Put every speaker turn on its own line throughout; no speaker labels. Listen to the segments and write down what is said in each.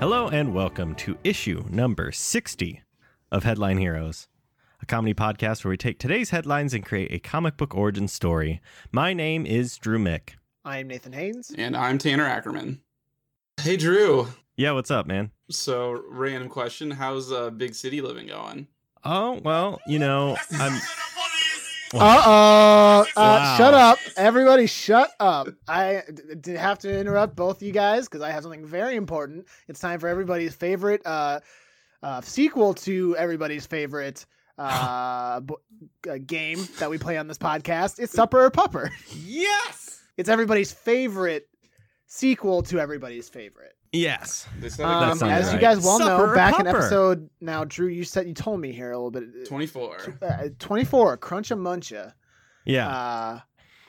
Hello and welcome to issue number 60 of Headline Heroes, a comedy podcast where we take today's headlines and create a comic book origin story. My name is Drew Mick.
I am Nathan Haynes.
And I'm Tanner Ackerman. Hey, Drew.
Yeah, what's up, man?
So, random question How's uh, big city living going?
Oh, well, you know, I'm
Uh-oh. Uh
Wow.
Shut up, everybody! Shut up. I d- d- have to interrupt both you guys because I have something very important. It's time for everybody's favorite uh, uh, sequel to everybody's favorite uh, bo- uh, game that we play on this podcast. It's Supper or Pupper.
Yes!
It's everybody's favorite sequel to everybody's favorite.
Yes.
They said
that
Um,
sounds
as you
right.
guys well
Supper
know,
or
back in
Pupper?
episode now, Drew, you said you told me here a little bit.
24.
Uh, Twenty-four, Cruncha Muncha.
Yeah.
uh,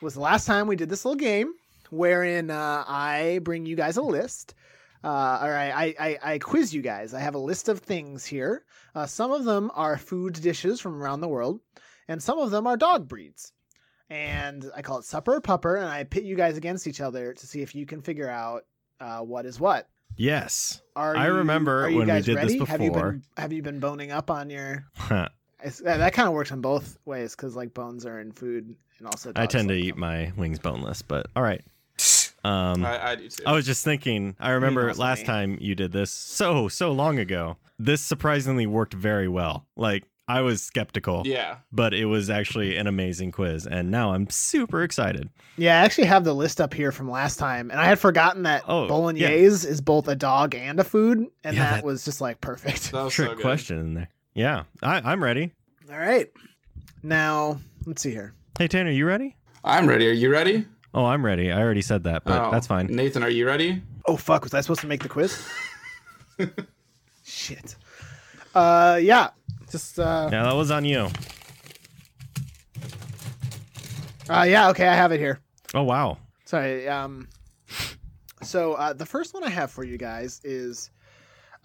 was the last time we did this little game wherein uh, I bring you guys a list. Uh, all right, I, I, I quiz you guys. I have a list of things here. Uh, some of them are food dishes from around the world, and some of them are dog breeds. And I call it supper or pupper, and I pit you guys against each other to see if you can figure out uh, what is what.
yes.
Are
I
you-
remember
are you
when we
guys
did this
ready? Have you
before.
been have you been boning up on your?
Huh.
It's, that that kind of works in both ways because like bones are in food and also.
I
dogs
tend to
like
eat my wings boneless, but all right. Um
I, I do too.
I was just thinking, I remember
knows
last
me?
time you did this so, so long ago. This surprisingly worked very well. Like, I was skeptical,
yeah.
but it was actually an amazing quiz. And now I'm super excited.
Yeah, I actually have the list up here from last time, and I had forgotten that
Oh,
bolognese is both a dog and a food, and
Yeah,
that,
that-
was just like perfect.
That was so
Trick
good.
question in there. Yeah, I, I'm ready.
All right, now let's see here.
Hey, Tanner, you ready?
I'm ready. Are you ready?
Oh, I'm ready. I already said that, but
Oh.
that's fine.
Nathan, are you ready?
Oh fuck, was I supposed to make the quiz? Shit. Uh, yeah, just uh,
Yeah, that was on you.
uh, yeah. Okay, I have it here.
Oh, wow.
Sorry. Um, so uh, the first one I have for you guys is,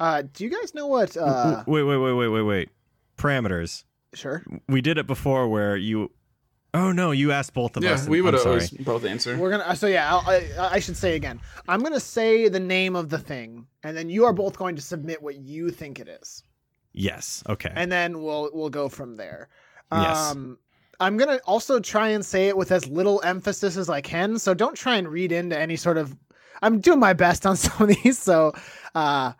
uh, do you guys know what? Uh,
Wait, wait, wait, wait, wait, wait. Parameters.
sure.
We did it before where you. Oh, no, you asked both of
yeah,
us.
we would
I'm
have
sorry.
always both answer.
We're gonna. uh, So yeah, I'll, I, I should say again. I'm gonna say the name of the thing, and then you are both going to submit what you think it is,
Yes. Okay.
and then we'll we'll go from there.
Yes.
Um, I'm gonna also try and say it with as little emphasis as I can. So don't try and read into any sort of. I'm doing my best on some of these, so uh,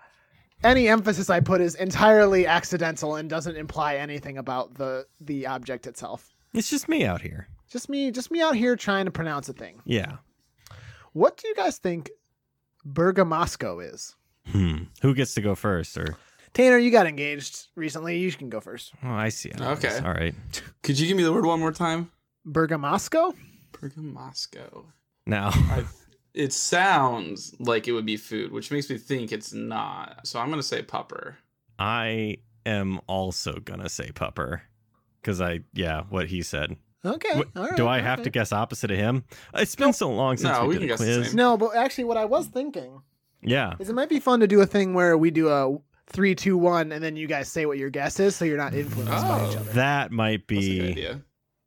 any emphasis I put is entirely accidental and doesn't imply anything about the the object itself.
it's just me out here.
Just me, just me out here trying to pronounce a thing.
Yeah.
What do you guys think Bergamasco is?
Hmm. Who gets to go first? Or
Tanner, you got engaged recently. You can go first.
oh, I see. how it is.
Okay.
All right.
Could you give me the word one more time?
Bergamasco?
Bergamasco.
Now.
I, it sounds like it would be food, which makes me think it's not. So I'm going to say pupper.
I am also gonna say pupper because I yeah what he said.
Okay.
What-
all right,
Do I have to
Oh, okay.
guess opposite of him? It's been so long since
No,
we,
we
did
can
a
guess the
quiz.
same.
No, but actually, what I was thinking
Yeah,
is it might be fun to do a thing where we do a three, two, one, and then you guys say what your guess is, so you're not influenced by each
Oh.
other.
that might
That's a good
be.
idea.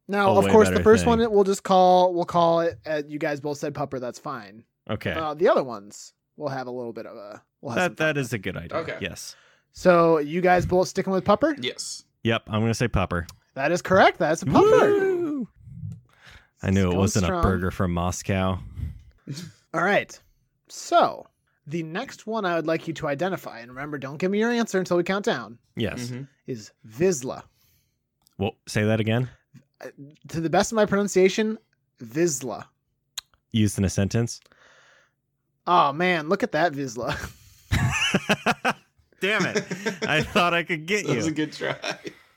Now,
A
of
way
course, the
better
first
thing.
one we'll just call. We'll call it. Uh, you guys both said pupper. That's fine.
Okay,
Uh, the other ones we'll have a little bit of a. We'll have some
that
fun.
that is a good idea.
Okay.
Yes.
So you guys both sticking with pupper?
Yes.
Yep. I'm gonna say pupper.
That is correct. That's a pupper.
Woo! I knew it
Going
wasn't
strong.
a burger from Moscow.
All right. So the next one I would like you to identify, and remember, don't give me your answer until we count down,
Yes.
Mhm.
is Vizsla.
Well, say that again.
To the best of my pronunciation, Vizsla.
Used in a sentence.
Oh man, look at that Vizsla.
Damn it! I thought I could get
That was a
you.
good try.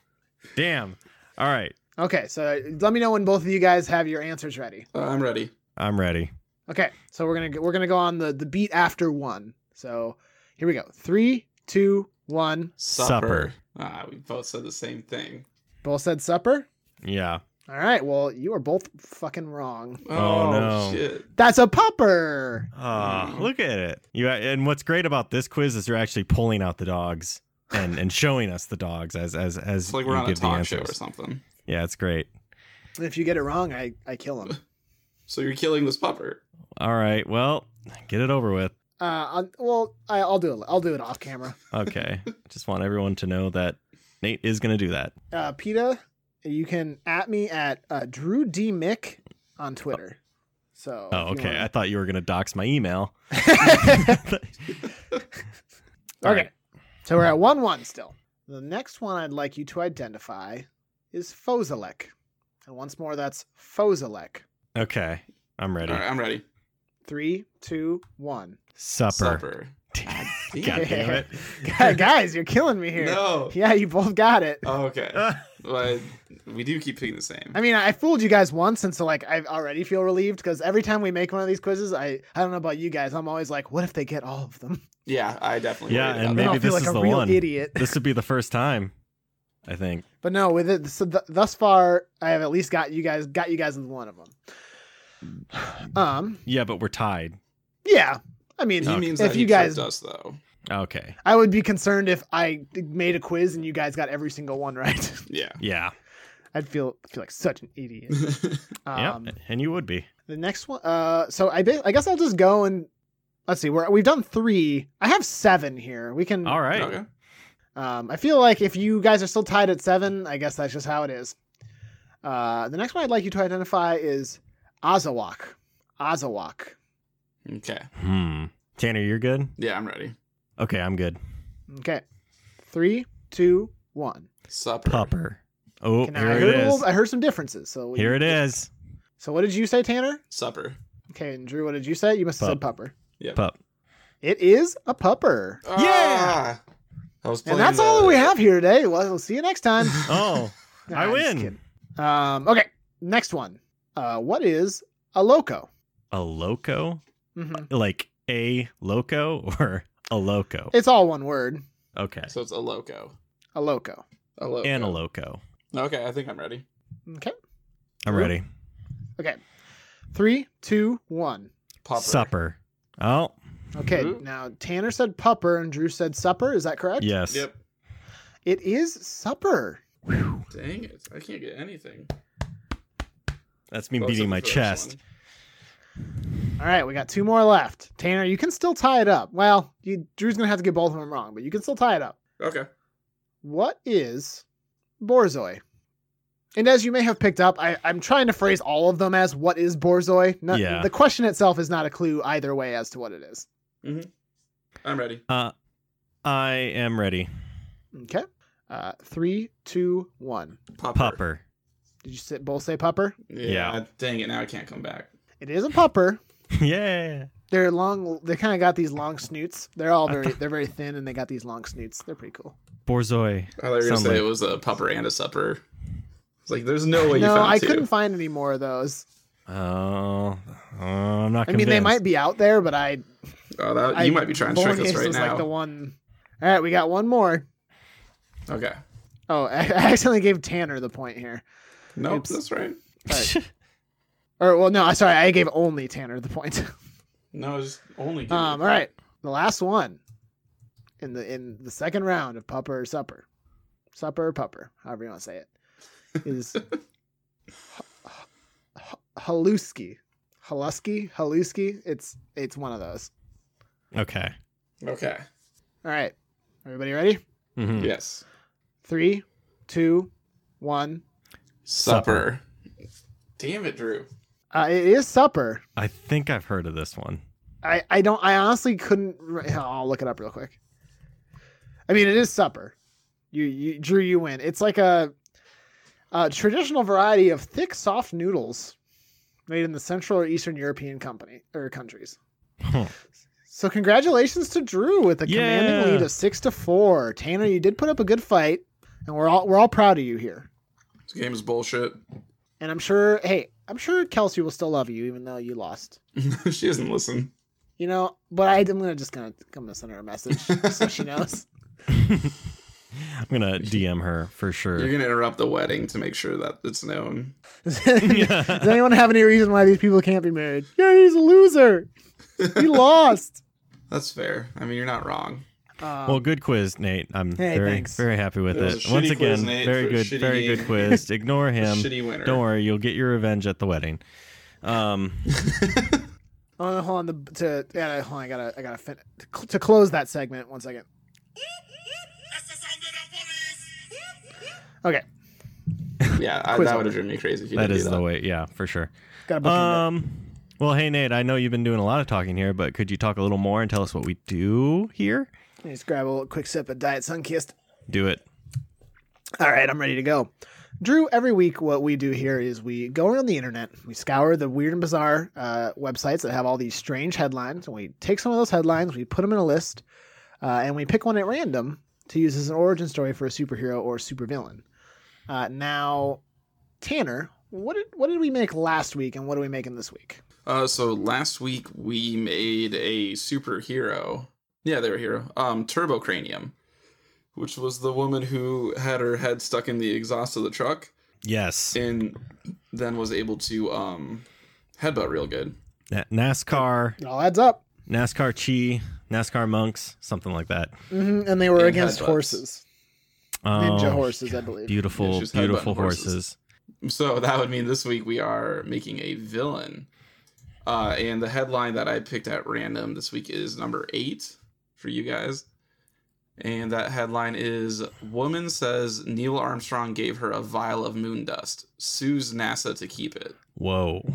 Damn. All right.
okay, so let me know when both of you guys have your answers ready.
Uh, I'm ready.
I'm ready.
Okay, so we're gonna we're gonna go on the the beat after one. So here we go. Three, two, one.
Supper.
Ah, we both said the same thing.
Both said supper.
Yeah.
All right. Well, you are both fucking wrong.
Oh,
no.
shit.
That's a pupper.
Ah,
Mm.
look at it. You and what's great about this quiz is you're actually pulling out the dogs and and showing us the dogs as as as
It's like we're
you
on a
give the
talk show
answers.
or something.
Yeah, it's great.
If you get it wrong, I I kill him.
So you're killing this pupper.
All right, well, get it over with.
Uh, I'll, well, I, I'll do it. I'll do it off camera.
Okay. Just want everyone to know that Nate is going to do that.
Uh, Peta, you can at me at uh, Drew D Mick on Twitter. So.
Oh,
if you
okay. I
wanna-
thought you were going to dox my email. All
okay.
right.
So we're at one one still. The next one I'd like you to identify is Fozalek, and once more that's Fozalek.
Okay. I'm ready.
All right, I'm ready.
Three, two, one.
Supper.
God
God
damn
damn it.
Guys, you're killing me here.
No.
Yeah, you both got it.
Oh, okay. But we do keep picking the same.
I mean, I fooled you guys once, and so like I already feel relieved because every time we make one of these quizzes, I I don't know about you guys, I'm always like, what if they get all of them?
yeah, I definitely.
Yeah,
worried
and
about
Then
Uh, maybe
I'll
that.
this
feel like
is
a
the
real
one.
idiot.
this would be the first time, I think.
But no, with it so th- thus far, I have at least got you guys got you guys with one of them. Um,
Yeah, but we're tied.
yeah, I mean,
he means
if
that he
you guys-
tricked us though.
Okay.
I would be concerned if I made a quiz and you guys got every single one right.
Yeah.
Yeah.
I'd feel feel like such an idiot. Um,
yeah. And you would be.
The next one. Uh, so I ba- I guess I'll just go and let's see. We're, we've done three. I have seven here. We can.
All right.
Okay.
Um, I feel like if you guys are still tied at seven, I guess that's just how it is. Uh, the next one I'd like you to identify is Azawak. Azawak.
Okay.
Hmm. Tanner, you're good?
Yeah, I'm ready.
Okay, I'm good.
Okay. Three, two, one.
Supper.
Pupper. Oh,
Can
here
I, I
it
heard a
is.
little- I heard some differences. So we-
Here it is.
So what did you say, Tanner?
Supper.
Okay, and Drew, what did you say? You must have said pupper.
Pup.
It is a pupper.
Ah! I was
And
playing.
that's all
the-
that we have here today. Well, we'll see you next time.
Oh,
Nah,
I
I'm just
win.
kidding. Um, okay, next one. Uh, what is a loco?
a loco?
hmm
Like a loco or a loco?
It's all one word.
Okay.
So it's a loco.
A loco.
A loco.
And a loco.
Okay, I think I'm ready.
Okay.
I'm
Oop.
ready.
Okay. Three, two, one.
Popper.
Supper. Oh,
Okay.
Ooh.
Now Tanner said pupper and Drew said supper. Is that correct?
yes.
Yep.
It is supper.
Dang it! I can't get anything.
That's me
Both
beating
of
my
the first
chest.
one.
All right, we got two more left. Tanner, you can still tie it up. Well, you, Drew's gonna have to get both of them wrong, but you can still tie it up.
Okay.
What is borzoi? And as you may have picked up, I, I'm trying to phrase all of them as "What is borzoi?" Not,
Yeah.
The question itself is not a clue either way as to what it is.
I'm ready.
Uh, I am ready.
Okay. Uh, three, two, one.
Popper.
Pupper.
Did you sit, both say pupper?
Yeah.
Yeah.
Dang it! Now I can't come back.
It is a pupper.
yeah.
They're long. They kind of got these long snoots. They're all very. They're very thin, and they got these long snoots. They're pretty cool.
Borzoi.
I thought you were gonna
Sound
say
like-
it was a pupper and a supper. It's like there's no way you
no,
found
I
2
couldn't find any more of those.
Oh, oh, I'm not.
I mean, they
convinced.
might be out there, but I.
Oh, that,
I
you might be trying to trick us
Bolognese
right
was
now.
like the one. All right, we got one more.
Okay.
Oh, I I accidentally gave Tanner the point here.
Nope,
Oops.
that's right.
Or well, no, I- sorry, I gave only Tanner the point.
No, it's only. Dude.
Um, all right, the last one in the in the second round of pupper or supper, supper or pupper, however you want to say it, is haluski, haluski, haluski. It's it's one of those.
Okay.
Okay.
All right, everybody ready?
Mhm.
Yes.
Three, two, one.
Supper. Damn it, Drew.
Uh, it is supper.
I think I've heard of this one.
I I don't. I honestly couldn't. re- I'll look it up real quick. I mean, it is supper. You, you Drew, you win. It's like a, a traditional variety of thick, soft noodles, made in the Central or Eastern European company or countries.
Huh.
So congratulations to Drew with a commanding
Yeah.
lead of six to four. Tanner, you did put up a good fight, and we're all we're all proud of you here.
This game is bullshit.
And I'm sure, hey, I'm sure Kelsey will still love you even though you lost.
she doesn't listen.
You know, but I, I'm gonna just gonna I'm gonna send her a message so she knows.
I'm gonna DM her for sure.
You're gonna interrupt the wedding to make sure that it's known.
Does anyone have any reason why these people can't be married? Yeah, he's a loser. He lost.
That's fair. I mean, you're not wrong.
Um,
well, good quiz, Nate. I'm
Hey,
very,
thanks.
very happy with
That
it.
was a
Once
shitty
again,
quiz, Nate,
very
for a
good,
shitty
very good
game.
quiz. Ignore him.
Shitty winner.
Don't worry, you'll get your revenge at the wedding. Um,
Oh, hold on. The to yeah, hold on. I gotta I gotta fin- to, cl- to close that segment. One second. Okay,
Yeah, I,
Quiz
that
over.
would have driven me crazy if you
That
didn't
is
do
the
that.
way. Yeah, for sure.
gotta book um,
Um, well, hey Nate, I know you've been doing a lot of talking here, but could you talk a little more and tell us what we do here?
Just grab a little quick sip of Diet Sunkist.
Do it.
All right, I'm ready to go. Drew, every week, what we do here is we go around the internet, we scour the weird and bizarre uh, websites that have all these strange headlines, and we take some of those headlines, we put them in a list, uh, and we pick one at random to use as an origin story for a superhero or supervillain. Uh, now, Tanner, what did what did we make last week, and what are we making this week?
Uh, so last week we made a superhero. Yeah, they were a hero. Um, Turbocranium, which was the woman who had her head stuck in the exhaust of the truck
Yes.
and then was able to um headbutt real good.
Na- NASCAR,
It all adds up,
NASCAR Chi, NASCAR monks, something like that.
hmm and they were
And
against
headbutts.
horses, ninja
Oh,
horses, I believe.
Beautiful,
Yeah, she's headbutting
beautiful
horses.
horses.
So that would mean this week we are making a villain. Uh, and the headline that I picked at random this week is number eight for you guys. And that headline is Woman says Neil Armstrong gave her a vial of moon dust, sues NASA to keep it.
Whoa.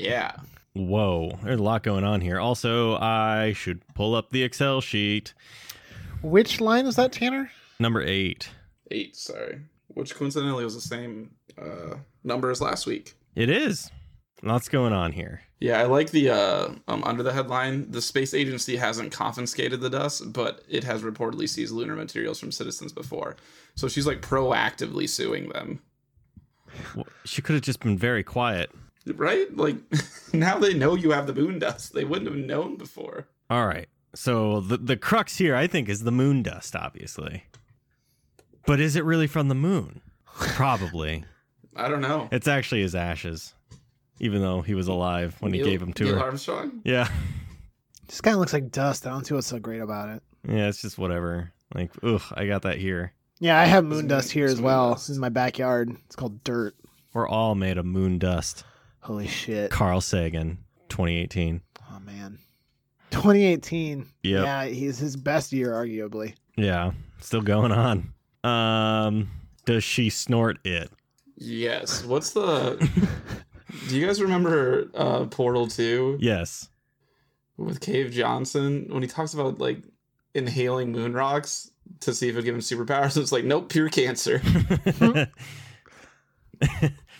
Yeah.
Whoa. There's a lot going on here. Also, I should pull up the Excel sheet.
Which line was that, Tanner?
Number eight.
Eight, sorry. Which coincidentally was the same uh, number as last week.
It is. Lots going on here.
Yeah, I like the uh, um, under the headline. The space agency hasn't confiscated the dust, but it has reportedly seized lunar materials from citizens before. So she's like proactively suing them,
Well, She could have just been very quiet.
right? Like now they know you have the moon dust. They wouldn't have known before.
All right. So the the crux here, I think, is the moon dust, obviously. But is it really from the moon? Probably.
I don't know.
it's actually his ashes, even though he was alive when he
Neil-
gave them to
Neil
her.
Armstrong.
Yeah.
This guy looks like dust. I don't see what's so great about it.
Yeah, it's just whatever. Like, ugh, I got that here.
Yeah, I have
It's
moon
moon-
dust here
it's
as
moon
well.
dust.
This is my backyard. It's called dirt.
We're all made of moon dust.
Holy shit.
Carl Sagan, 2018.
Oh man. 2018.
Yep.
Yeah, he's his best year arguably.
Yeah, still going on. Um, does she snort it?
Yes. What's the? Do you guys remember uh, Portal Two
Yes.
with Cave Johnson when he talks about like inhaling moon rocks to see if it would give him superpowers? It's like nope, pure cancer.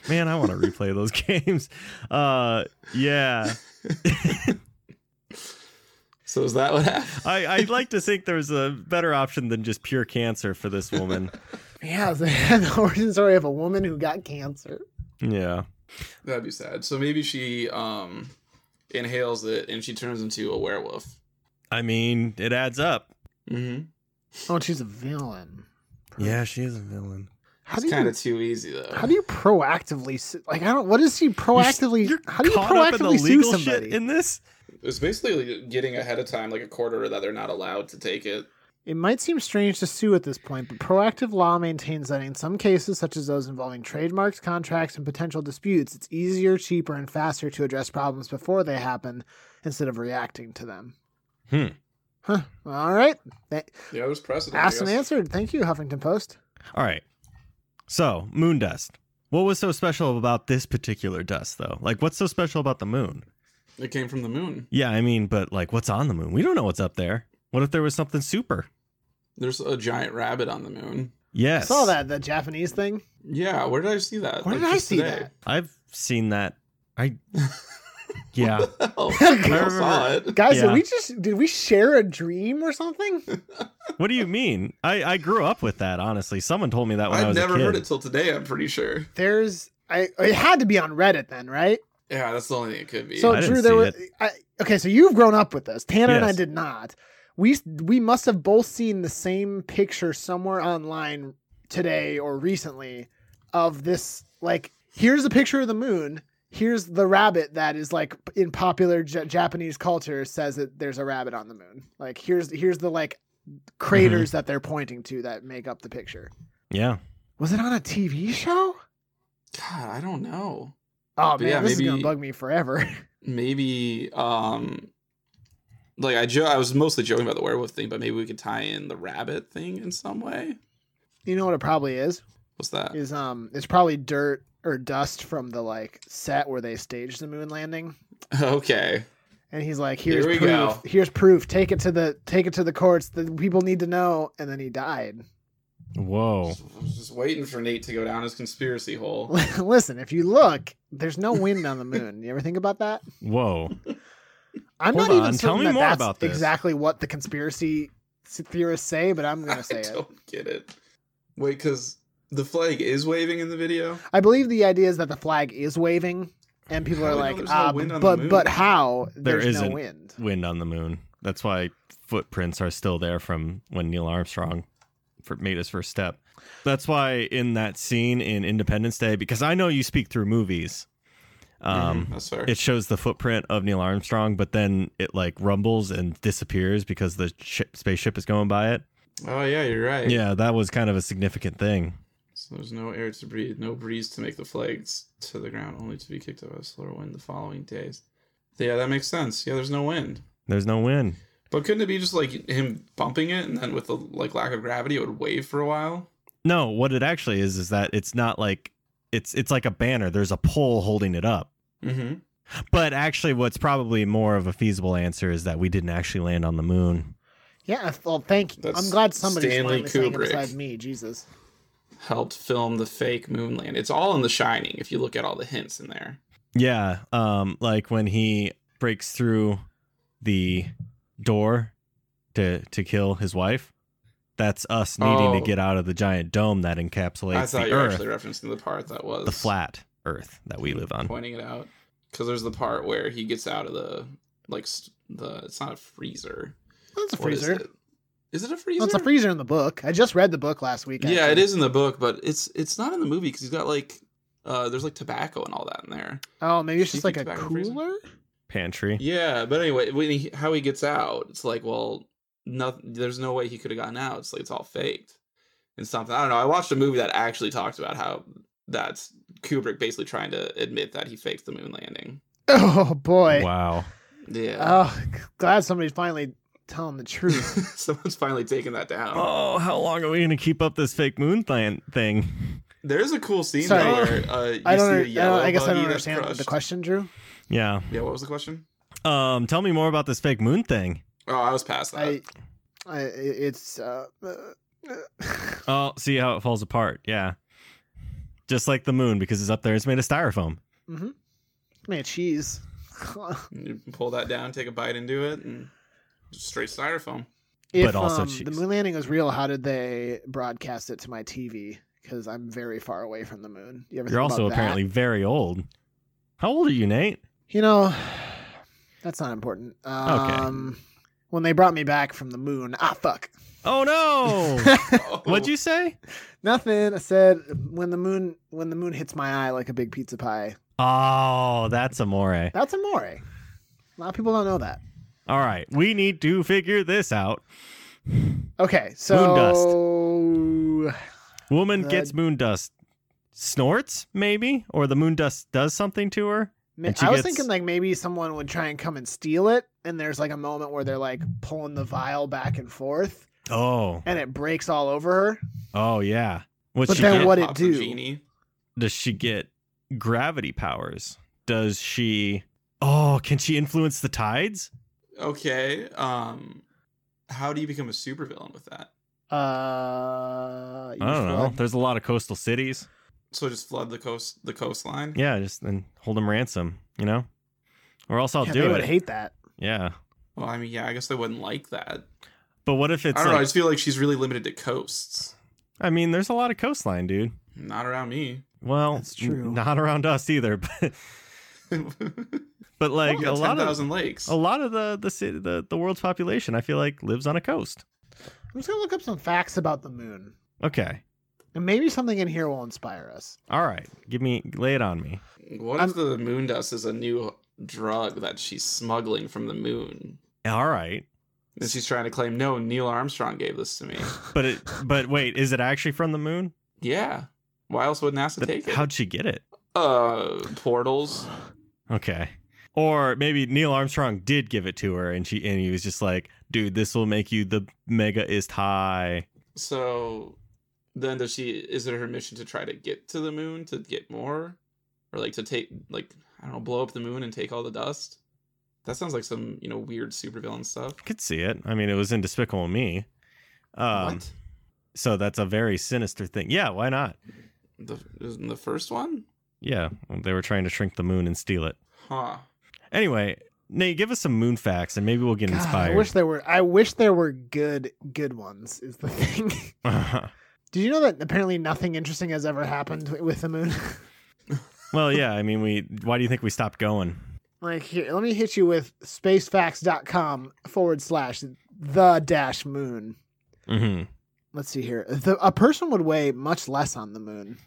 Man, I want to replay those games. Uh, yeah.
So is that what happened?
I I'd like to think there's a better option than just pure cancer for this woman.
Yeah, it's the origin story of a woman who got cancer.
Yeah.
That'd be sad. So maybe she um inhales it and she turns into a werewolf.
I mean, it adds up.
Mm-hmm.
Oh, and she's a villain.
Yeah, she is a villain.
How do
It's kind
you
of too easy though.
how do you proactively s- like I don't what is she proactively
You're
how do you
caught up in the
proactively sue
legal shit
somebody?
in this?
It's basically getting ahead of time, like a quarter that they're not allowed to take it.
It might seem strange to sue at this point, but proactive law maintains that in some cases, such as those involving trademarks, contracts, and potential disputes, it's easier, cheaper, and faster to address problems before they happen instead of reacting to them.
Hmm.
Huh. All right. Th-
Yeah, there's precedent. I
Asked and
guess.
answered. Thank you, Huffington Post.
All right. So, moon dust. What was so special about this particular dust, though? Like, what's so special about the moon?
It came from the moon.
Yeah, I mean, but like, what's on the moon? We don't know what's up there. What if there was something super?
There's a giant rabbit on the moon.
Yes,
I saw that, that Japanese thing.
Yeah, where did I see that?
Where
Like,
did I
just
see
today.
that?
I've seen that. I, yeah,
Oh,
Guys,
I saw it.
did
Yeah.
we just did we share a dream or something?
What do you mean? I, I grew up with that, honestly. Someone told me that when i
I'd
was
never
a kid.
heard it till today. I'm pretty sure.
There's I it had to be on Reddit then, right?
Yeah, that's the only thing it could be.
So
I didn't
Drew, there
see
was I, okay. So you've grown up with this. Tanner and I
Yes.
did not. We we must have both seen the same picture somewhere online today or recently of this. Like, here's a picture of the moon. Here's the rabbit that is like in popular J- Japanese culture says that there's a rabbit on the moon. Like, here's here's the like craters
Mm-hmm.
that they're pointing to that make up the picture.
Yeah,
Was it on a TV show?
God, I don't know.
Oh
But
man,
yeah,
this is
maybe-
gonna bug me forever.
maybe um like I jo- I was mostly joking about the werewolf thing, but maybe we could tie in the rabbit thing in some way.
you know what it probably is?
What's that?
Is um, it's probably dirt or dust from the like set where they staged the moon landing.
Okay.
And he's like, "Here's
we
proof.
go.
Here's proof. Take it to the take it to the courts. The people need to know." And then he died.
Whoa.
Just- I was just waiting for Nate to go down his conspiracy hole.
Listen, if you look, there's no wind on the moon. You ever think about that?
Whoa.
I'm
Hold
not even
on,
certain
tell me
that
more
that's
about this.
exactly what the conspiracy theorists say, but I'm going
I
to say it.
don't get it. Wait, because the flag is waving in the video.
I believe the idea is that the flag is waving, and people
How
are
do we know
like,
there's no
"Ah,
wind on the
but
moon?"
but how?
There
There's
isn't.
no wind."
Wind on the moon. That's why footprints are still there from when Neil Armstrong fir- made his first step. That's why in that scene in Independence Day, because I know you speak through movies, um,
Mhm, that's fair.
it shows the footprint of Neil Armstrong, but then it like rumbles and disappears because the ship, spaceship is going by it.
Oh yeah, you're right.
Yeah, that was kind of a significant thing.
So there's no air to breathe, no breeze to make the flags to the ground, only to be kicked up by a slower wind the following days. Yeah, that makes sense. Yeah, there's no wind.
There's no wind.
But couldn't it be just like him bumping it, and then with the like lack of gravity, it would wave for a while?
No, what it actually is is that it's not like it's it's like a banner. There's a pole holding it up.
Mm-hmm.
But actually, what's probably more of a feasible answer is that we didn't actually land on the moon.
Yeah. Well, thank. you. I'm
That's
glad somebody's
Stanley
finally saying it
Kubrick.
besides me. Jesus.
Helped film the fake moon land. It's all in The Shining. If you look at all the hints in there,
Yeah, um, like when he breaks through the door to to kill his wife. That's us needing
Oh.
to get out of the giant dome that
I
encapsulates
thought
the
you were
Earth,
actually referencing the part that was
the flat Earth that we live on.
pointing it out because there's the part where he gets out of the like s- the it's not a freezer.
That's a
What is
freezer.
it? Is
Oh,
it a freezer?
Well, it's a freezer in the book. I just read the book last week.
Yeah, it
actually.
is in the book, but it's it's not in the movie because he's got like uh there's like tobacco and all that in there.
Oh, maybe it's just
Sneaky
like a
tobacco freezer.
cooler.
Pantry.
Yeah, but anyway, when he, how he gets out, it's like well, no, there's no way he could have gotten out. It's like it's all faked and something. I don't know. I watched a movie that actually talked about how that's Kubrick basically trying to admit that he faked the moon landing.
Oh boy.
Wow.
Yeah.
Oh, g- glad somebody's finally telling the truth.
Someone's finally taken that down.
Oh, how long are we going to keep up this fake moon plan thing?
There's a cool scene
Sorry.
though where uh, you
I don't.
see
under-
a
I,
yellow
don't I guess I
buggy
don't
that's
understand the
crushed.
question, Drew.
Yeah.
Yeah, what was the question?
Um, tell me more about this fake moon thing.
Oh, I was past that.
I, I, it's uh, uh
Oh, see how it falls apart. Yeah. Just like the moon, because it's up there, it's made of styrofoam.
Man, cheese.
You pull that down, take a bite into it, and just straight styrofoam.
if,
But also
um,
cheese.
the moon landing was real, how did they broadcast it to my TV? Because I'm very far away from the moon. You
You're
ever think about
also
that?
apparently very old. How old are you, Nate?
You know, that's not important. Um, When they brought me back from the moon, ah, fuck,
Oh no!
Oh.
What'd you say?
nothing. I said when the moon when the moon hits my eye like a big pizza pie.
Oh, that's amore.
That's amore. A lot of people don't know that.
All right, we need to figure this out.
Okay, so
Woman
Uh,
gets moon dust, snorts maybe, or the moon dust does something to her.
Ma-
And she
I was
gets-
thinking like maybe someone would try and come and steal it, and there's like a moment where they're like pulling the vial back and forth,
Oh,
and it breaks all over her.
oh yeah. What
But
she
then
get?
what- what'd it
Pop the
do?
Genie.
does she get gravity powers? Does she? Oh, can she influence the tides?
Okay. Um, how do you become a supervillain with that?
Uh, you
I don't know.
flood.
There's a lot of coastal cities.
So just flood the coast, the coastline.
Yeah, just and hold them ransom, you know, or else I'll
Yeah, they
do
would
it.
hate that.
yeah,
Well, I mean, yeah, I guess they wouldn't like that.
but what if it's?
I
I,
don't know. I
like,
just feel like she's really limited to coasts.
I mean, there's a lot of coastline, dude.
Not around me.
Well,
That's true.
n- Not around us either, but but like a lot of Oh,
thousand lakes.
a lot of the the city the, the world's population, I feel like lives on a coast.
I'm just gonna look up some facts about the moon,
Okay,
and maybe something in here will inspire us.
all right, give me lay it on me.
What if the moon dust is a new drug that she's smuggling from the moon?
All right,
And she's trying to claim, no, Neil Armstrong gave this to me.
but it but wait, is it actually from the moon?
Yeah. Why else would NASA
But
take it?
how'd she get it?
Uh, portals.
Okay. Or maybe Neil Armstrong did give it to her, and she and he was just like, "Dude, this will make you the megaist high."
So then does she is it her mission to try to get to the moon to get more or like to take like I don't know, blow up the moon and take all the dust? That sounds like some, you know, weird supervillain stuff.
I could see it. I mean, it was in Despicable Me. Um,
what?
So that's a very sinister thing. Yeah, why not?
The isn't the first one?
Yeah, they were trying to shrink the moon and steal it.
Huh.
Anyway, Nate, give us some moon facts, and maybe we'll get
God,
inspired.
I wish there were. I wish there were good, good ones. Is the thing. Did you know that apparently nothing interesting has ever happened with the moon?
well, yeah. I mean, we. Why do you think we stopped going?
like here, let me hit you with spacefacts.com forward slash the dash moon.
Mm-hmm.
Let's see here. The, a person would weigh much less on the moon.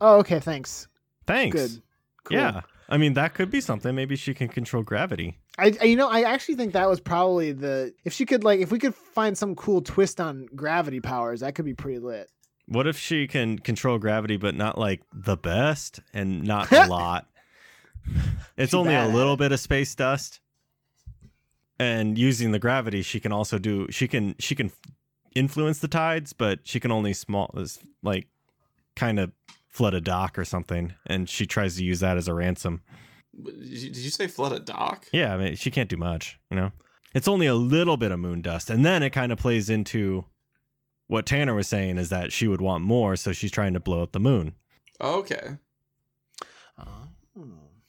Oh, okay. Thanks.
Thanks.
Good. Cool.
Yeah. I mean, that could be something. Maybe she can control gravity.
I, I- you know, I actually think that was probably the if she could like if we could find some cool twist on gravity powers, that could be pretty lit.
What if she can control gravity, but not like the best and not a lot? It's
She
only a
bad at
little
it.
bit of space dust. And using the gravity, she can also do. She can she can influence the tides, but she can only small is like kind of flood a dock or something. And she tries to use that as a ransom.
Did you, did you say flood a dock?
Yeah, I mean, she can't do much, you know? It's only a little bit of moon dust. And then it kind of plays into what Tanner was saying is that she would want more, so she's trying to blow up the moon.
Okay.
Oh,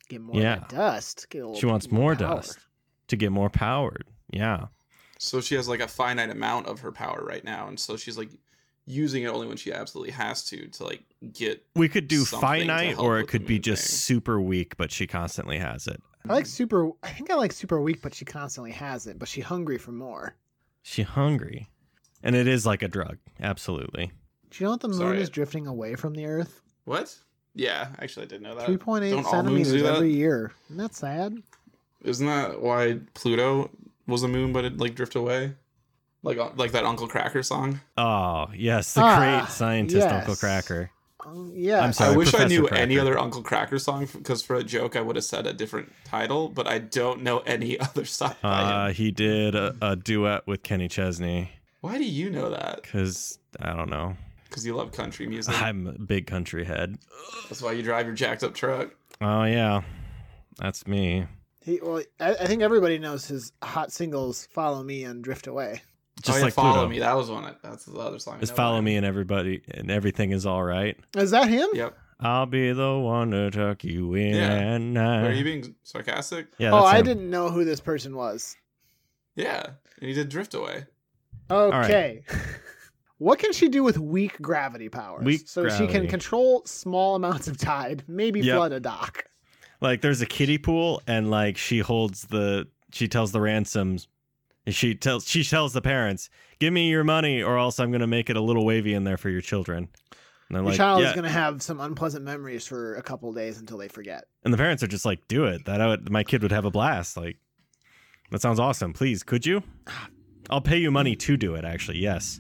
get more of
Yeah.
that dust. Get a little
She wants
bit
more
power.
dust to get more powered. Yeah.
So she has like a finite amount of her power right now, and so she's like using it only when she absolutely has to to like get.
We could do
Something to
finite
help
or
with
it
the
could be
moon
just
thing.
super weak, but she constantly has it.
I like super. I think I like super weak, but she constantly has it. But she hungry for more.
She hungry. And it is like a drug. Absolutely.
Do you know that the moon
Sorry.
is drifting away from the Earth?
What? Yeah, actually, I did know that.
Three point eight
Uh, don't all moons do
centimeters
that?
every year. Isn't that sad?
Isn't that why Pluto was a moon, but it like drift away, like uh, like that Uncle Cracker song?
Oh, yes. The
Ah,
great scientist, Uncle
yes.
Cracker.
Um, yeah.
I'm sorry.
I wish I
Professor
knew
Cracker.
any other Uncle Cracker song because for a joke I would have said a different title, but I don't know any other song. by
Uh,
him.
he did a, a duet with Kenny Chesney
Why do you know that?
because I don't know.
Because you love country music.
I'm a big country head.
That's why you drive your jacked up truck.
Oh yeah, that's me.
Oh,
He, well, I, I think everybody knows his hot singles "Follow Me" and "Drift Away."
Just
oh, yeah,
like
follow
Pluto.
me. That was one. I, that's the other song. I
Just
know
follow
by
me and everybody and everything is all right.
Is that him?
him. Yep.
I'll be the one to tuck you in
Yeah.
and out.
Are you being sarcastic?
yeah,
oh,
that's
I
him.
didn't know who this person was.
Yeah. And he did drift away.
right.
Okay. what can she do with weak gravity powers?
Weak
so she
gravity.
can control small amounts of tide, maybe
Yep.
flood a dock.
Like there's a kiddie pool and like she holds the she tells the ransoms she tells she tells the parents, "Give me your money or else I'm going to make it a little wavy in there for your children." And they're
Your
like,
child
yeah.
is going to have some unpleasant memories for a couple days until they forget.
and the parents are just like, "Do it." That I would, my kid would have a blast. Like, that sounds awesome. Please, could you? I'll pay you money to do it. Actually, yes.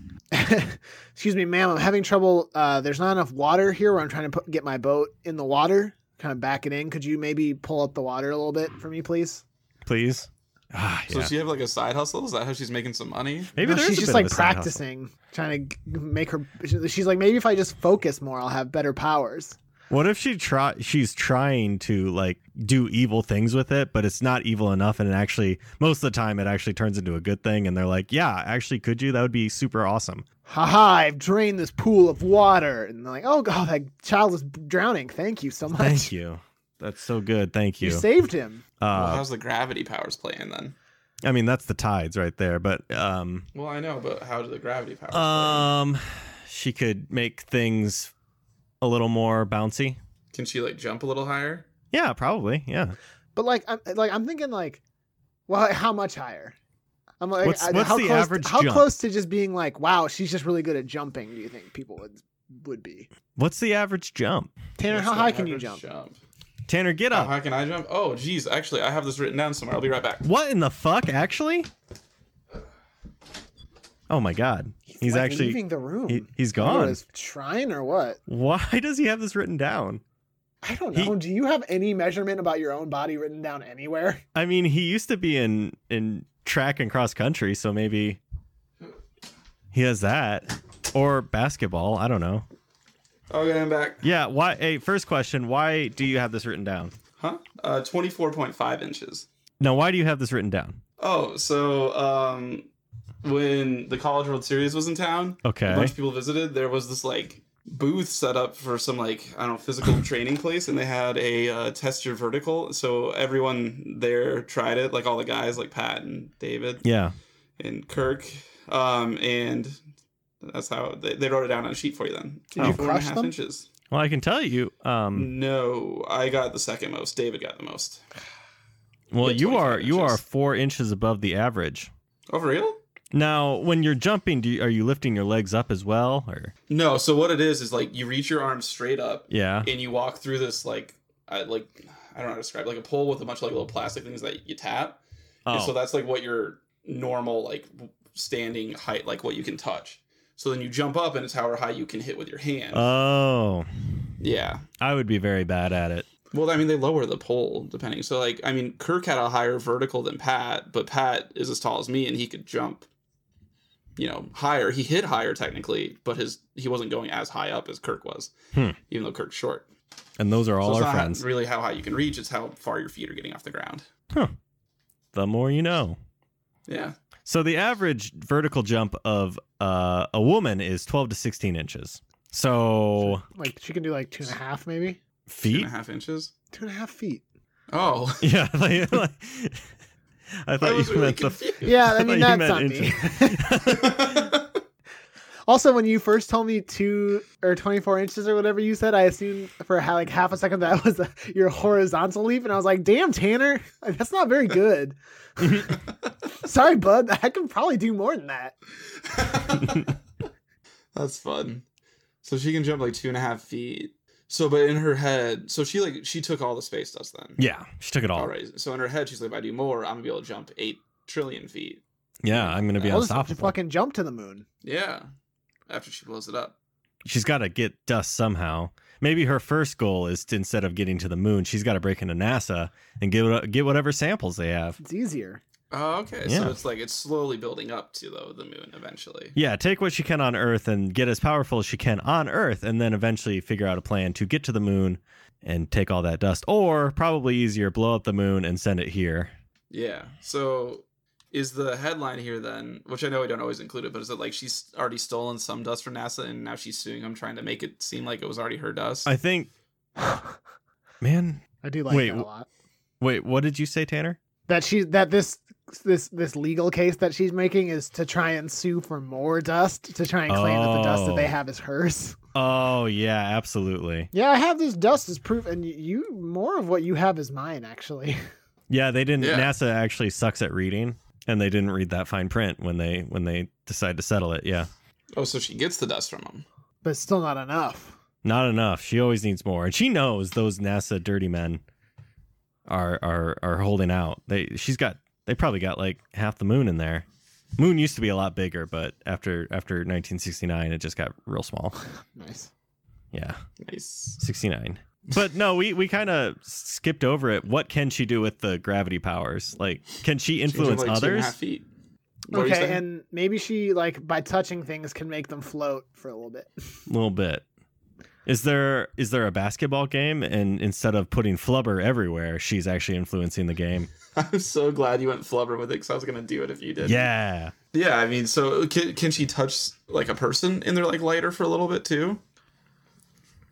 Excuse me, ma'am. I'm having trouble. Uh, there's not enough water here where I'm trying to put, get my boat in the water. Kind of back it in. Could you maybe pull up the water a little bit for me, please?
Please. Ah,
So
yeah.
does she have like a side hustle? Is that how she's making some money?
Maybe
No,
there's
she's
a
just
bit
like
of a side hustle.
practicing, trying to g- make her. She's like, maybe if I just focus more, I'll have better powers.
What if she try she's trying to like do evil things with it, but it's not evil enough and it actually most of the time it actually turns into a good thing and they're like, Yeah, actually could you? That would be super awesome.
haha, I've drained this pool of water. And they're like, oh, God, that child is drowning. Thank you so much.
Thank you. That's so good. Thank
You
you.
saved him.
well,
Uh,
how's the gravity powers playing then?
I mean that's the tides right there, but um
Well, I know, but how do the gravity powers?
Uh,
play?
um she could make things a little more bouncy.
Can she like jump a little higher?
Yeah, probably. Yeah.
But like, I'm like, I'm thinking like, well, how much higher? I'm like,
What's-
I-
what's
how
the
close?
average
how
jump?
close to just being like, wow, she's just really good at jumping? Do you think people would would be?
What's the average jump?
Tanner,
What's
how
the
high can you
average
jump?
Tanner, get
How
up.
high can I jump? Oh, geez. Actually, I have this written down somewhere. I'll be right back.
What in the fuck, actually? Oh my god. He's,
like,
actually
leaving the room.
he, he's
I don't know,
gone.
is shrine or what?
Why does he have this written down?
I don't
He-
know. Do you have any measurement about your own body written down anywhere?
I mean, he used to be in in track and cross country, so maybe he has that or basketball. I don't know.
Okay, I'm back.
Yeah. Why? Hey, first question: Why do you have this written down?
Huh? Uh, 24.5 inches.
Now, why do you have this written down?
Oh, so um, when the College World Series was in town, a
Okay.
bunch of people visited. There was this like booth set up for some like I don't know physical training place, and they had a uh, test your vertical. So everyone there tried it, like all the guys, like Pat and David
Yeah.
and Kirk, um, and that's how they, they wrote it down on a sheet for you. Then
Did
Oh.
you
Four and a
crush
half
them?
inches.
Well, I can tell you.
Mm,
Um.
No, I got the second most. David got the most.
Well,
Yeah,
you
25
are you are
inches.
four inches above the average.
Oh, for real?
Now, when you're jumping, do you, are you lifting your legs up as well, or
No. So what it is is like you reach your arms straight up,
yeah?
and you walk through this like I like I don't know how to describe like a pole with a bunch of like little plastic things that you tap. And so
Oh,
that's like what your normal like w- standing height, like what you can touch. So then you jump up and it's how high you can hit with your hand.
oh,
yeah.
I would be very bad at it.
Well, I mean they lower the pole depending. So like I mean Kirk had a higher vertical than Pat, but Pat is as tall as me and he could jump you know higher. He hit higher technically, but his he wasn't going as high up as Kirk was.
Hmm.
Even though Kirk's short.
And those are all
it's
our
not
friends.
really how high you can reach, it's how far your feet are getting off the ground.
The more you know.
Yeah.
So the average vertical jump of uh, a woman is 12 to 16 inches. So
Like she can do like two and a half, maybe
Two and
feet?
a half inches.
two and a half feet.
Oh.
Yeah. like- like- I
I
thought
was
you
really
meant the.
confused.
Yeah, I
thought
mean
you
that's
meant
on me.
I
Also, when you first told me two or twenty-four inches or whatever you said, I assumed for how, like half a second that was a, your horizontal leap, and I was like, "Damn, Tanner, that's not very good." Sorry, bud. I could probably do more than that.
That's fun. So she can jump like two and a half feet. So, but in her head, so she like she took all the space dust then.
Yeah, she took it all.
All right. So in her head, she's like, if I do more, I'm gonna be able to jump eight trillion feet.
Yeah, I'm gonna be
Yeah,
I'll just, just
unstoppable.
fucking jump to the moon.
Yeah. After she blows it up.
She's got to get dust somehow. Maybe her first goal is to, instead of getting to the moon, she's got to break into NASA and get what- get whatever samples they have.
It's easier.
Oh, okay.
Yeah.
So it's like it's slowly building up to though the moon eventually.
Yeah, take what she can on Earth and get as powerful as she can on Earth, and then eventually figure out a plan to get to the moon and take all that dust. Or probably easier, blow up the moon and send it here.
Yeah. So is the headline here then, which I know I don't always include it, but is it like she's already stolen some dust from NASA and now she's suing him trying to make it seem like it was already her dust?
I think, man.
I do like
Wait,
that a
wh-
lot.
Wait, what did you say, Tanner?
That she that this this this legal case that she's making is to try and sue for more dust to try and claim that the dust that they
Oh.
have is hers.
Oh yeah, absolutely.
Yeah, I have this dust as proof, and y- you more of what you have is mine actually.
Yeah, they didn't.
Yeah.
NASA actually sucks at reading, and they didn't read that fine print when they when they decide to settle it. Yeah,
oh, so she gets the dust from him.
but still not enough.
not enough. She always needs more, and she knows those NASA dirty men are are are holding out. They she's got they probably got like half the moon in there. Moon used to be a lot bigger, but after after 1969, it just got real small.
Nice.
Yeah.
Nice.
69 but no we we kind of skipped over it what can she do with the gravity powers like can she
She can jump,
influence
like, two and a half
others
feet. What were you
Okay,
saying?
and maybe she like by touching things can make them float for a little bit.
a little bit is there is there a basketball game and instead of putting flubber everywhere she's actually influencing the game
I'm so glad you went flubber with it because I was gonna do it if you did.
yeah
Yeah. I mean, so can, can she touch like a person in their like lighter for a little bit too?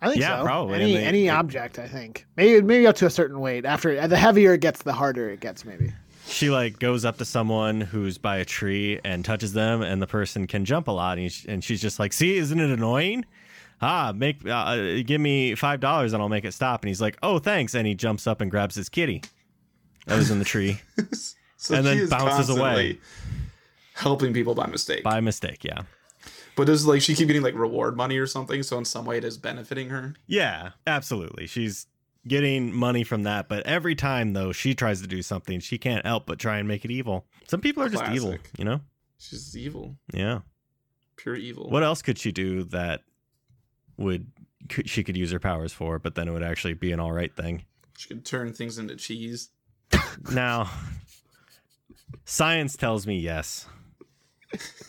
I think
Yeah,
so.
probably, and
Any
they-
any
they-
object, I think. Maybe maybe up to a certain weight. After the heavier it gets, the harder it gets. Maybe.
she like goes up to someone who's by a tree and touches them and the person can jump a lot and, sh- and she's just like see isn't it annoying ah make uh, give me five dollars and i'll make it stop and he's like oh thanks and he jumps up and grabs his kitty that was in the tree
So
And then
she is
bounces away.
constantly helping people by mistake.
By mistake, yeah.
But does like she keep getting like reward money or something? So in some way it is benefiting her.
Yeah, absolutely. She's getting money from that, but every time though she tries to do something, she can't help but try and make it evil. Some people are just evil,
Classic.
you know?
She's evil,
Yeah.
pure evil.
What else could she do that would could, she could use her powers for, but then it would actually be an all right thing.
She could turn things into cheese.
Now, science tells me yes.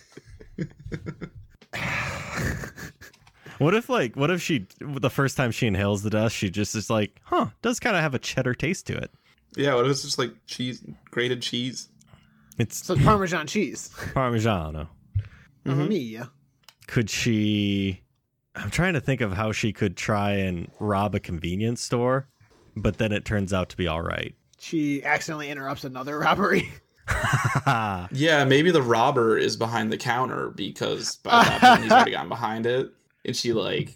what if like what if she the first time she inhales the dust she just is like huh does kind of have a cheddar taste to it
Yeah, what if it's just like cheese, grated cheese?
it's
So it's Parmesan cheese.
parmigiano
Mm-hmm.
Mamma mia.
could she i'm trying to think of how she could try and rob a convenience store but then it turns out to be all right
She accidentally interrupts another robbery.
Yeah, maybe the robber is behind the counter because by that point he's already gotten behind it, and she like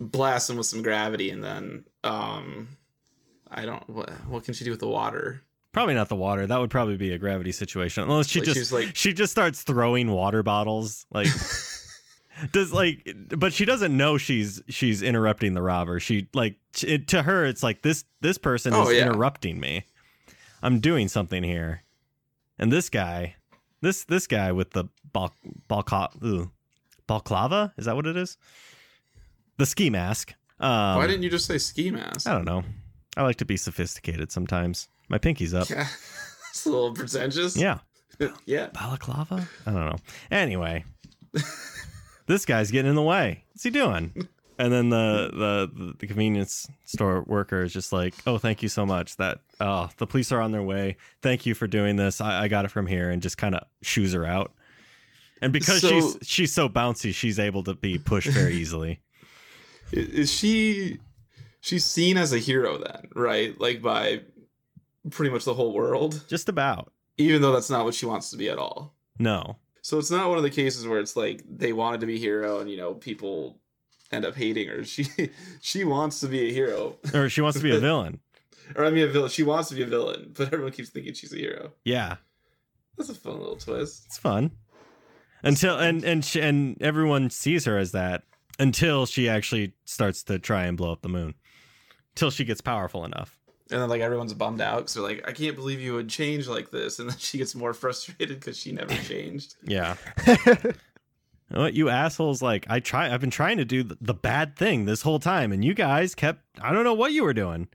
blasts him with some gravity, and then um, I don't what what can she do with the water?
probably not the water that would probably be a gravity situation unless she
Like,
just
she's like-
she just starts throwing water bottles like does like but she doesn't know she's she's interrupting the robber she like it, to her it's like this this person
Oh,
is
yeah.
interrupting me i'm doing something here and this guy this this guy with the bal- balca- ooh, balclava is that what it is the ski mask um,
Why didn't you just say ski mask?
i don't know i like to be sophisticated sometimes my pinky's up
Yeah, it's a little pretentious.
yeah
yeah.
balaclava? I don't know. Anyway, this guy's getting in the way. What's he doing? And then the, the the convenience store worker is just like, "Oh, thank you so much. That oh, the police are on their way. Thank you for doing this. I, I got it from here." And just kind of shoos her out. And because
So-
she's she's so bouncy, she's able to be pushed very easily.
I- Is she? She's seen as a hero then, right? Like by pretty much the whole world,
just about.
even though that's not what she wants to be at all.
No.
So it's not one of the cases where it's like they wanted to be a hero and you know people end up hating her. She she wants to be a hero,
Or she wants to be a villain.
or I mean a villain. She wants to be a villain, but everyone keeps thinking she's a hero.
Yeah.
That's a fun little twist.
It's fun. Until and and she, and everyone sees her as that until she actually starts to try and blow up the moon. Till she gets powerful enough.
And then like everyone's bummed out because they're like, I can't believe you would change like this. And then she gets more frustrated because she never changed.
Yeah. What you assholes like I try I've been trying to do th- the bad thing this whole time and you guys kept I don't know what you were doing.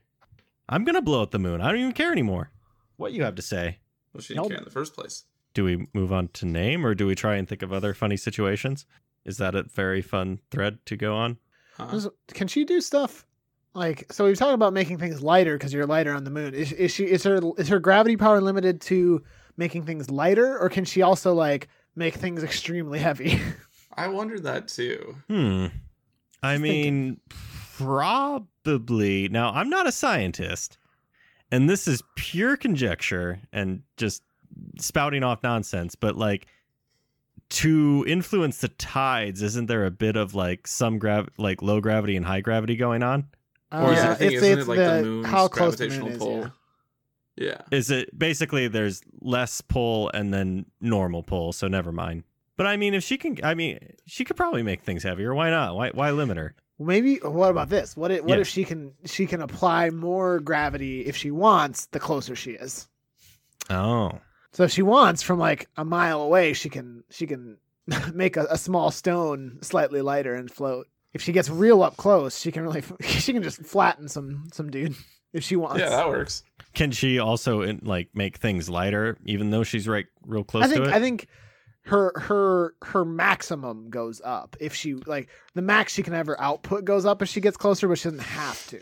I'm going to blow up the moon. I don't even care anymore. What you have to say.
Well, she didn't
Nope.
care in the first place.
Do we move on to name or do we try and think of other funny situations? Is that a very fun thread to go on?
Huh?
Does- Can she do stuff like so? We've talked about making things lighter because you're lighter on the moon. Is, is she is her is her gravity power limited to making things lighter, or can she also like make things extremely heavy?
I wondered that too.
Hmm. I mean,
thinking.
probably. Now, I'm not a scientist, and this is pure conjecture and just spouting off nonsense, but like to influence the tides, isn't there a bit of like some grav, like low gravity and high gravity going on?
Uh,
Or is it-
I think,
it's-
isn't
it's
it like the, moon's
how close the
gravitational
moon is,
pull?
yeah.
yeah.
Is it basically there's less pull and then normal pull, so never mind. But I mean, if she can, I mean, she could probably make things heavier. Why not? Why, why limit her?
Maybe what about this? What if, what
Yeah.
if she can she can apply more gravity if she wants the closer she is.
Oh,
So if she wants from like a mile away, she can she can make a, a small stone slightly lighter and float. If she gets real up close, she can really she can just flatten some some dude if she wants.
Yeah, that works.
Can she also in, like make things lighter, even though she's right real close
I think
to it?
I think her her her maximum goes up if she like the max she can ever output goes up if she gets closer, but she doesn't have to.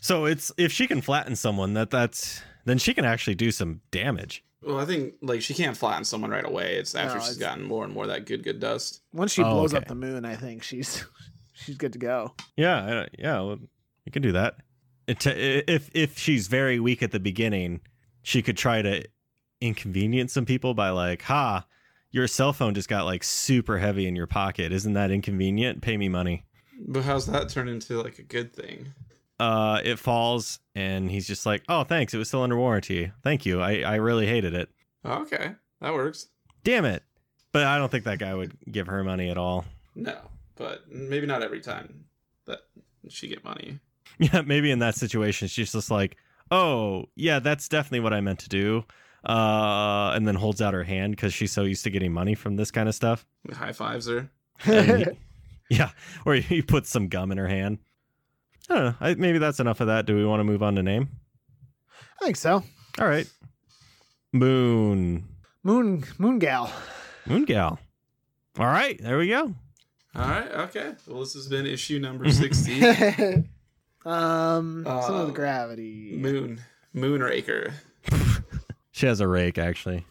so it's if she can flatten someone, that that's then she can actually do some damage.
Well, I think like she can't flatten someone right away. It's after
No,
she's
it's-
gotten more and more of that good good dust.
Once she
Oh,
blows up
okay.
the moon, I think she's she's good to go.
Yeah, I- yeah, well, you can do that. It, t- if if she's very weak at the beginning, she could try to inconvenience some people by like, "Ha, your cell phone just got like super heavy in your pocket. Isn't that inconvenient? Pay me money."
But how's that turn into like a good thing?
Uh, it falls, and he's just like, "Oh, thanks. It was still under warranty. Thank you. I I really hated it."
Oh, Okay, that works.
damn it. But I don't think that guy would give her money at all.
No, but maybe not every time that she get money.
Yeah, maybe in that situation, she's just like, oh, yeah, that's definitely what I meant to do. Uh, and then holds out her hand because she's so used to getting money from this kind of stuff.
High fives her.
And he- yeah, or he puts some gum in her hand. I don't know. I, maybe that's enough of that. Do we want to move on to name?
I think so.
All right. Moon.
Moon Moon Gal.
Moon gal. All right. There we go.
All right. Okay. Well, this has been issue number 16.
um, some of
Uh,
the gravity.
Moon. Moonraker.
She has a rake, actually.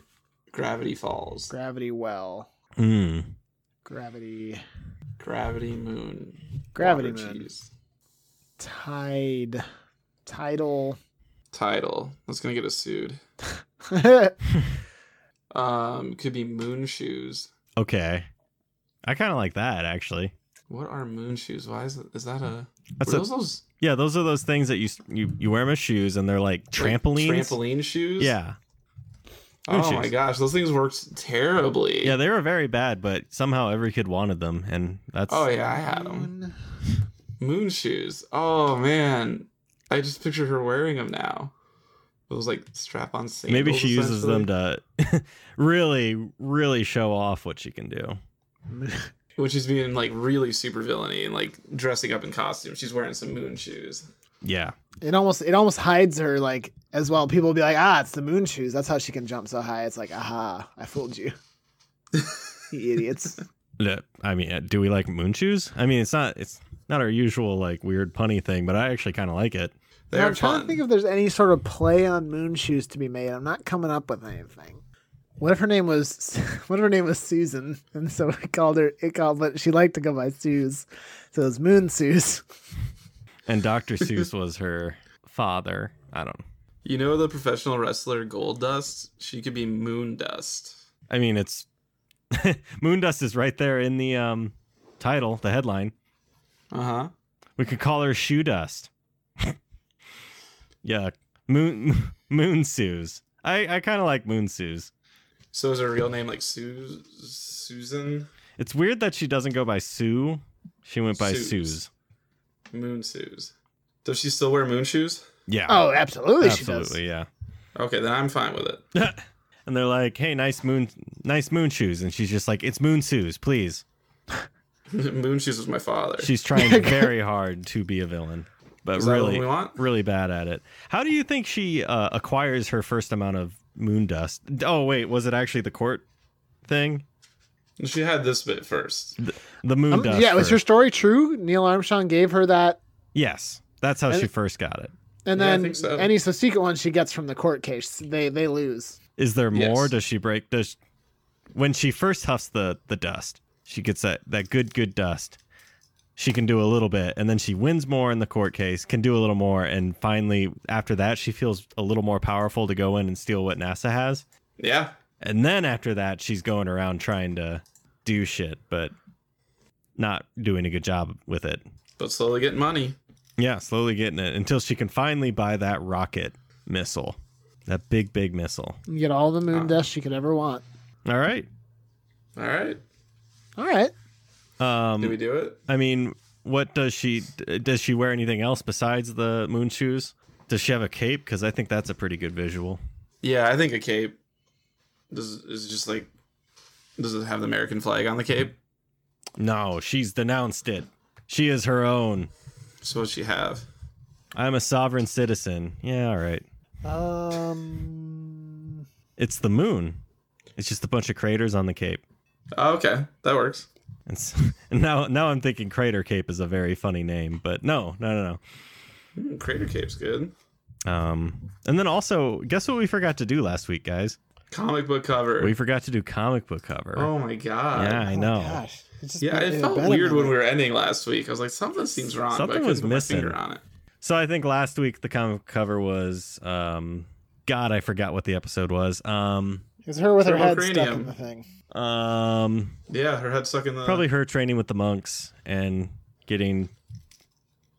Gravity Falls.
Gravity well.
Mm.
Gravity.
Gravity Moon.
Gravity
Water
moon.
cheese.
Tide. Tidal.
Title. That's going to get us sued. Um, could be Moon Shoes.
Okay. I kind of like that, actually.
What are Moon Shoes? Why is, it, is that a.
That's
were
a-
those those
Yeah, those are those things that you s- you, you wear them as shoes and they're like
like,
trampolines.
trampoline shoes?
Yeah.
Oh
Moon
my
shoes.
gosh. Those things worked terribly.
Yeah, they were very bad, but somehow every kid wanted them. And that's.
Oh, yeah. I had them.
Moon.
Moon shoes. Oh man, I just picture her wearing them now. Those like strap-on sandals.
Maybe she uses them
essentially.
to really, really show off what she can do.
when she's being like really super villainy and like dressing up in costume. She's wearing some moon shoes.
Yeah.
It almost it almost hides her like as well. People will be like, ah, it's the moon shoes. That's how she can jump so high. It's like, aha, I fooled you. you idiots.
Yeah, I mean, uh, do we like moon shoes? I mean, it's not it's not our usual like weird punny thing, but I actually kind of like it.
They're
Now, I'm trying
fun.
to think if there's any sort of play on moon shoes to be made. I'm not coming up with anything. What if her name was what if her name was Susan? And so we called her it called but she liked to go by Suze. So it was Moon Suze.
And Dr. Seuss was her father. I don't.
you know the professional wrestler Gold Dust. She could be Moon Dust.
I mean, it's moon dust is right there in the um title, the headline.
Uh huh.
We could call her shoe dust. yeah, moon moon shoes. I I kind of like moon shoes.
So is her real name like Su- Susan
It's weird that she doesn't go by Sue. She went by
Suze.
Suze.
Moon Shoes? Does she still wear moon shoes?
Yeah.
Oh, absolutely,
absolutely. Yeah.
Okay, then I'm fine with it.
and they're like, "Hey, nice moon, nice moon shoes," and she's just like, "It's moon shoes, please."
moon shoes was my father.
She's trying very hard to be a villain, but
Is that what
really,
we want?
really bad at it. How do you think she uh, acquires her first amount of moon dust? Oh wait, was it actually the court thing?
She had this bit first.
The moon
she does. Um,
dust.
yeah, was your
first.
story true? Neil Armstrong gave her that
Yes, that's how she
And-
first got it.
and
Yeah, I
then
think so.
any subsequent one she gets from the court case. They they lose.
Is there
Yes.
more? Does she break? Does when she first huffs the the dust, she gets that that good good dust. She can do a little bit, and then she wins more in the court case. Can do a little more, and finally after that, she feels a little more powerful to go in and steal what NASA has.
Yeah,
And then after that, she's going around trying to do shit, but not doing a good job with it.
but slowly getting money.
Yeah, slowly getting it until she can finally buy that rocket missile, that big big missile.
You get all the moon
Ah.
dust she could ever want.
All right.
All right.
All right.
Um,
Did we do it?
I mean, what does she d- does she wear anything else besides the moon shoes? Does she have a cape? Because I think that's a pretty good visual.
Yeah, I think a cape. Does is just like does it have the American flag on the cape?
No, she's denounced it. She is her own.
So what she have?
I'm a sovereign citizen. Yeah, all right.
Um
It's the moon. It's just a bunch of craters on the cape.
Oh, okay, that works.
And, s and now, now I'm thinking Crater Cape is a very funny name, but no, no, no,
Hmm, crater cape's good.
no. Um, and then also, guess what we forgot to do last week, guys?
Comic book cover.
We forgot to do comic book cover.
oh my god.
yeah, I
oh my
know.
gosh. It just
Yeah,
made
it
me
felt
better
weird
than
when
it.
we were ending last week. I was like, something seems wrong. but I
Something
couldn't
was
put
missing.
My finger on it.
So I think last week the comic cover was um God, I forgot what the episode was. Um
It's her with her head
Thermocranium.
stuck in the thing.
um
Yeah, her head stuck in the.
probably her training with the monks and getting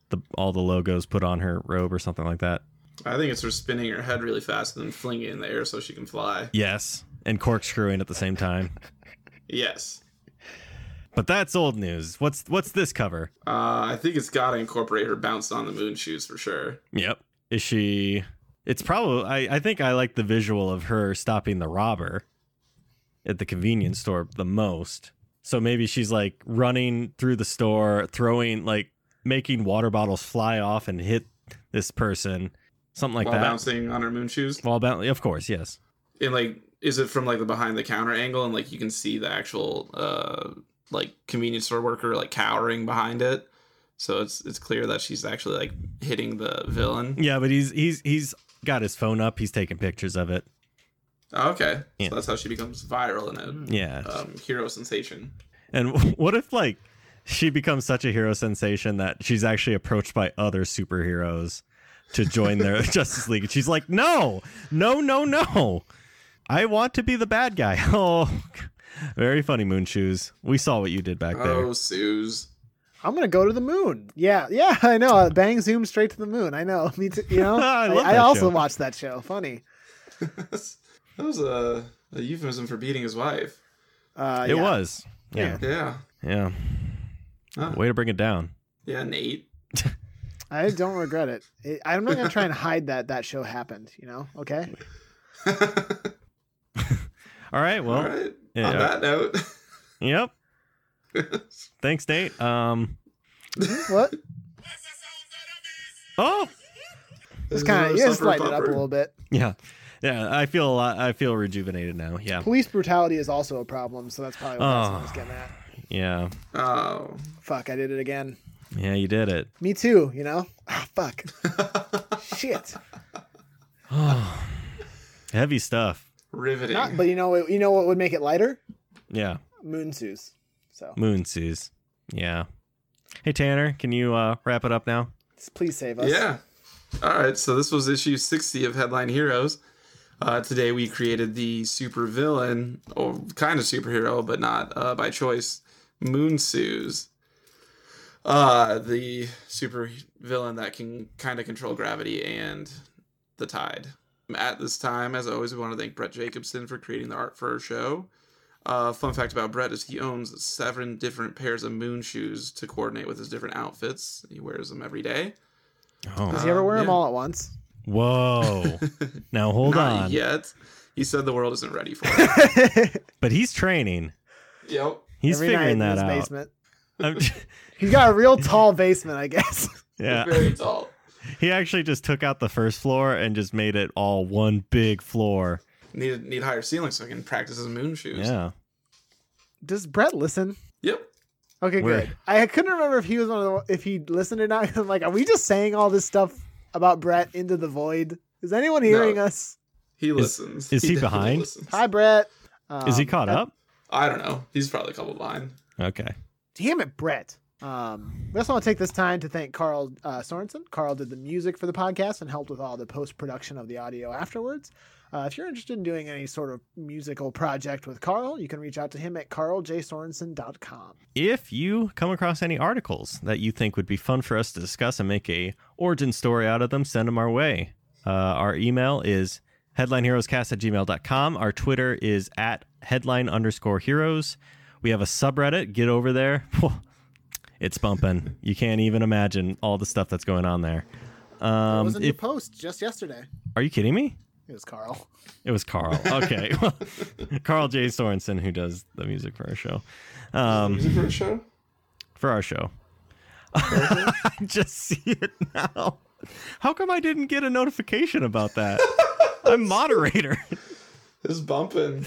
the all the logos put on her robe or something like that.
I think it's her spinning her head really fast and then flinging it in the air so she can fly.
Yes, and corkscrewing at the same time.
Yes.
But that's old news. What's what's this cover?
Uh, I think it's got to incorporate her bounce on the moon shoes for sure.
Yep. Is she It's probably I I think I like the visual of her stopping the robber at the convenience store the most. So maybe she's like running through the store, throwing like making water bottles fly off and hit this person, something like
while
that.
bouncing on her moon shoes.
While bouncing, of course, yes.
And like, is it from like the behind the counter angle, and like you can see the actual uh like convenience store worker like cowering behind it. So it's it's clear that she's actually like hitting the villain.
Yeah, but he's he's he's got his phone up. He's taking pictures of it.
Oh, Okay,
Yeah.
so that's how she becomes viral and
Yeah.
a um, hero sensation.
And what if like she becomes such a hero sensation that she's actually approached by other superheroes to join their Justice League? And she's like, "No, no, no, no! I want to be the bad guy." Oh, very funny, Moon Shoes. We saw what you did back there.
Oh, Suze.
I'm gonna go to the moon. Yeah, yeah, I know. Uh, Bang zoom straight to the moon. I know. Me too. You know,
I love that
also
show.
watched that show. Funny.
that was a, a euphemism for beating his wife.
Uh,
it
yeah.
was. Yeah,
Yeah.
yeah.
Huh.
Way to bring it down.
Yeah, Nate.
I don't regret it. it. I'm not gonna try and hide that that show happened. You know. Okay.
All right. Well.
All right.
yeah.
On that note,
Yep. Thanks, Nate. Um.
Mm-hmm. What?
Oh.
This kind of
another
yeah, just
suffer
lighten it up a
bumper.
little bit.
Yeah. Yeah. I feel. a lot- I feel rejuvenated now. Yeah.
Police brutality is also a problem, so that's probably what
Oh.
I was getting at.
Yeah.
Oh.
Fuck, I did it again.
Yeah, you did it.
Me too. You know. Ah, fuck. Shit.
Heavy stuff.
Riveting.
Not, but you know, what- you know what would make it lighter?
Yeah.
Moon Zeus. So
Moon sees. Yeah. Hey Tanner, can you uh, wrap it up now?
please save us.
yeah. All right. So this was issue 60 of Headline Heroes. Uh, today we created the supervillain, or kind of superhero, but not uh, by choice, Moon Suze. Uh, the supervillain that can kind of control gravity and the tide. At this time, as always, we want to thank Brett Jacobson for creating the art for our show. Uh, fun fact about Brett is he owns seven different pairs of moon shoes to coordinate with his different outfits. He wears them every day.
Oh.
Does he ever
Um,
wear them
yeah.
all at once?
Whoa. now hold
Not
on.
yet. He said the world isn't ready for it.
But he's training.
yep.
He's
Every
figuring
night
that
in his
out.
Basement.
I'm-
He's got a real tall basement, I guess.
yeah.
Very tall.
He actually just took out the first floor and just made it all one big floor.
Need need higher ceilings so he can practice his moon shoes.
Yeah.
Does Brett listen?
Yep.
Okay,
We're-
good. I couldn't remember if he was one of the, if he listened or not. I'm like, are we just saying all this stuff about Brett into the void? Is anyone hearing us?
He listens.
is he
definitely
behind?
listens.
Hi, Brett. Um,
Is he caught
that-
up?
I don't know. He's probably a couple behind.
Okay.
Damn it, Brett. Um, we also want to take this time to thank Carl uh, Sorensen. Carl did the music for the podcast and helped with all the post production of the audio afterwards. Uh, if you're interested in doing any sort of musical project with Carl, you can reach out to him at carljsorensen.com.
If you come across any articles that you think would be fun for us to discuss and make a origin story out of them, send them our way. Uh, our email is headlineheroescast at gmail.com. Our Twitter is at headline underscore heroes. We have a subreddit. Get over there. Whew. It's bumping. you can't even imagine all the stuff that's going on there.
It
Um,
was a new
if-
post just yesterday.
are you kidding me?
It was Carl.
It was Carl. Okay. Well, Carl J. Sorensen, who does the music for our show. Um,
Is he for a show?
for our show. I just see it now. How come I didn't get a notification about that? I'm moderator.
It's bumping.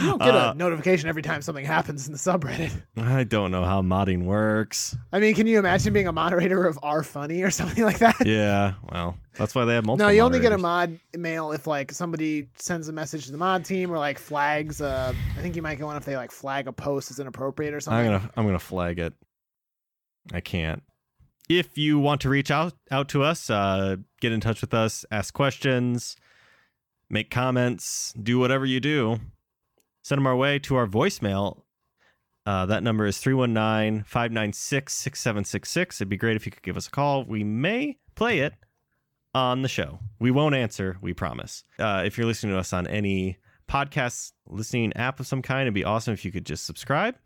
You don't get
Uh,
a notification every time something happens in the subreddit.
I don't know how modding works.
I mean, can you imagine being a moderator of R Funny or something like that?
Yeah, well, that's why they have multiple.
No, you only get a
moderators.
mod mail if like somebody sends a message to the mod team or like flags. Uh, I think you might get one if they like flag a post as inappropriate or
I'm
something.
gonna I'm gonna flag it. I can't. If you want to reach out out to us, uh, get in touch with us, ask questions, make comments, do whatever you do. Send them our way to our voicemail. Uh, that number is 319 596 6766. It'd be great if you could give us a call. We may play it on the show. We won't answer, we promise. Uh, if you're listening to us on any podcast listening app of some kind, it'd be awesome if you could just subscribe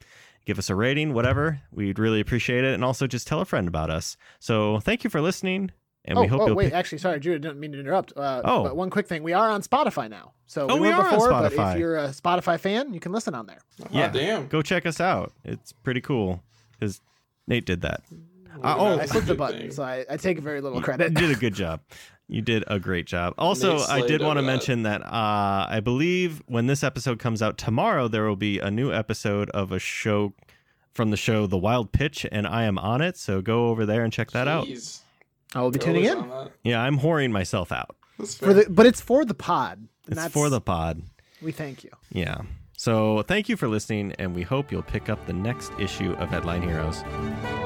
give us a rating, whatever. We'd really appreciate it. And also just tell a friend about us. So thank you for listening. And
oh,
we hope
oh
you'll
wait,
pick-
actually, sorry, Judah, didn't mean to interrupt. Uh,
Oh.
but one quick thing: we are on Spotify now. So
Oh, we
weren't
are on
before, but
Spotify.
if you're a Spotify fan, you can listen on there.
Oh,
Yeah.
damn.
go check us out. It's pretty cool. Because Nate did that. Uh,
Well,
oh,
I clicked the button,
Thing.
so I, I take very little
You
credit.
did a good job. You did a great job. Also,
Nate
I
slaved
did want to
over that.
mention that uh, I believe when this episode comes out tomorrow, there will be a new episode of a show from the show The Wild Pitch, and I am on it. So go over there and check that out.
Jeez.
I will be
You're
tuning
always
in
on that.
Yeah, I'm whoring myself out.
That's fair.
for the, but it's for the pod.
It's
and that's-
for the pod.
We thank you.
Yeah. So thank you for listening, and we hope you'll pick up the next issue of Headline Heroes.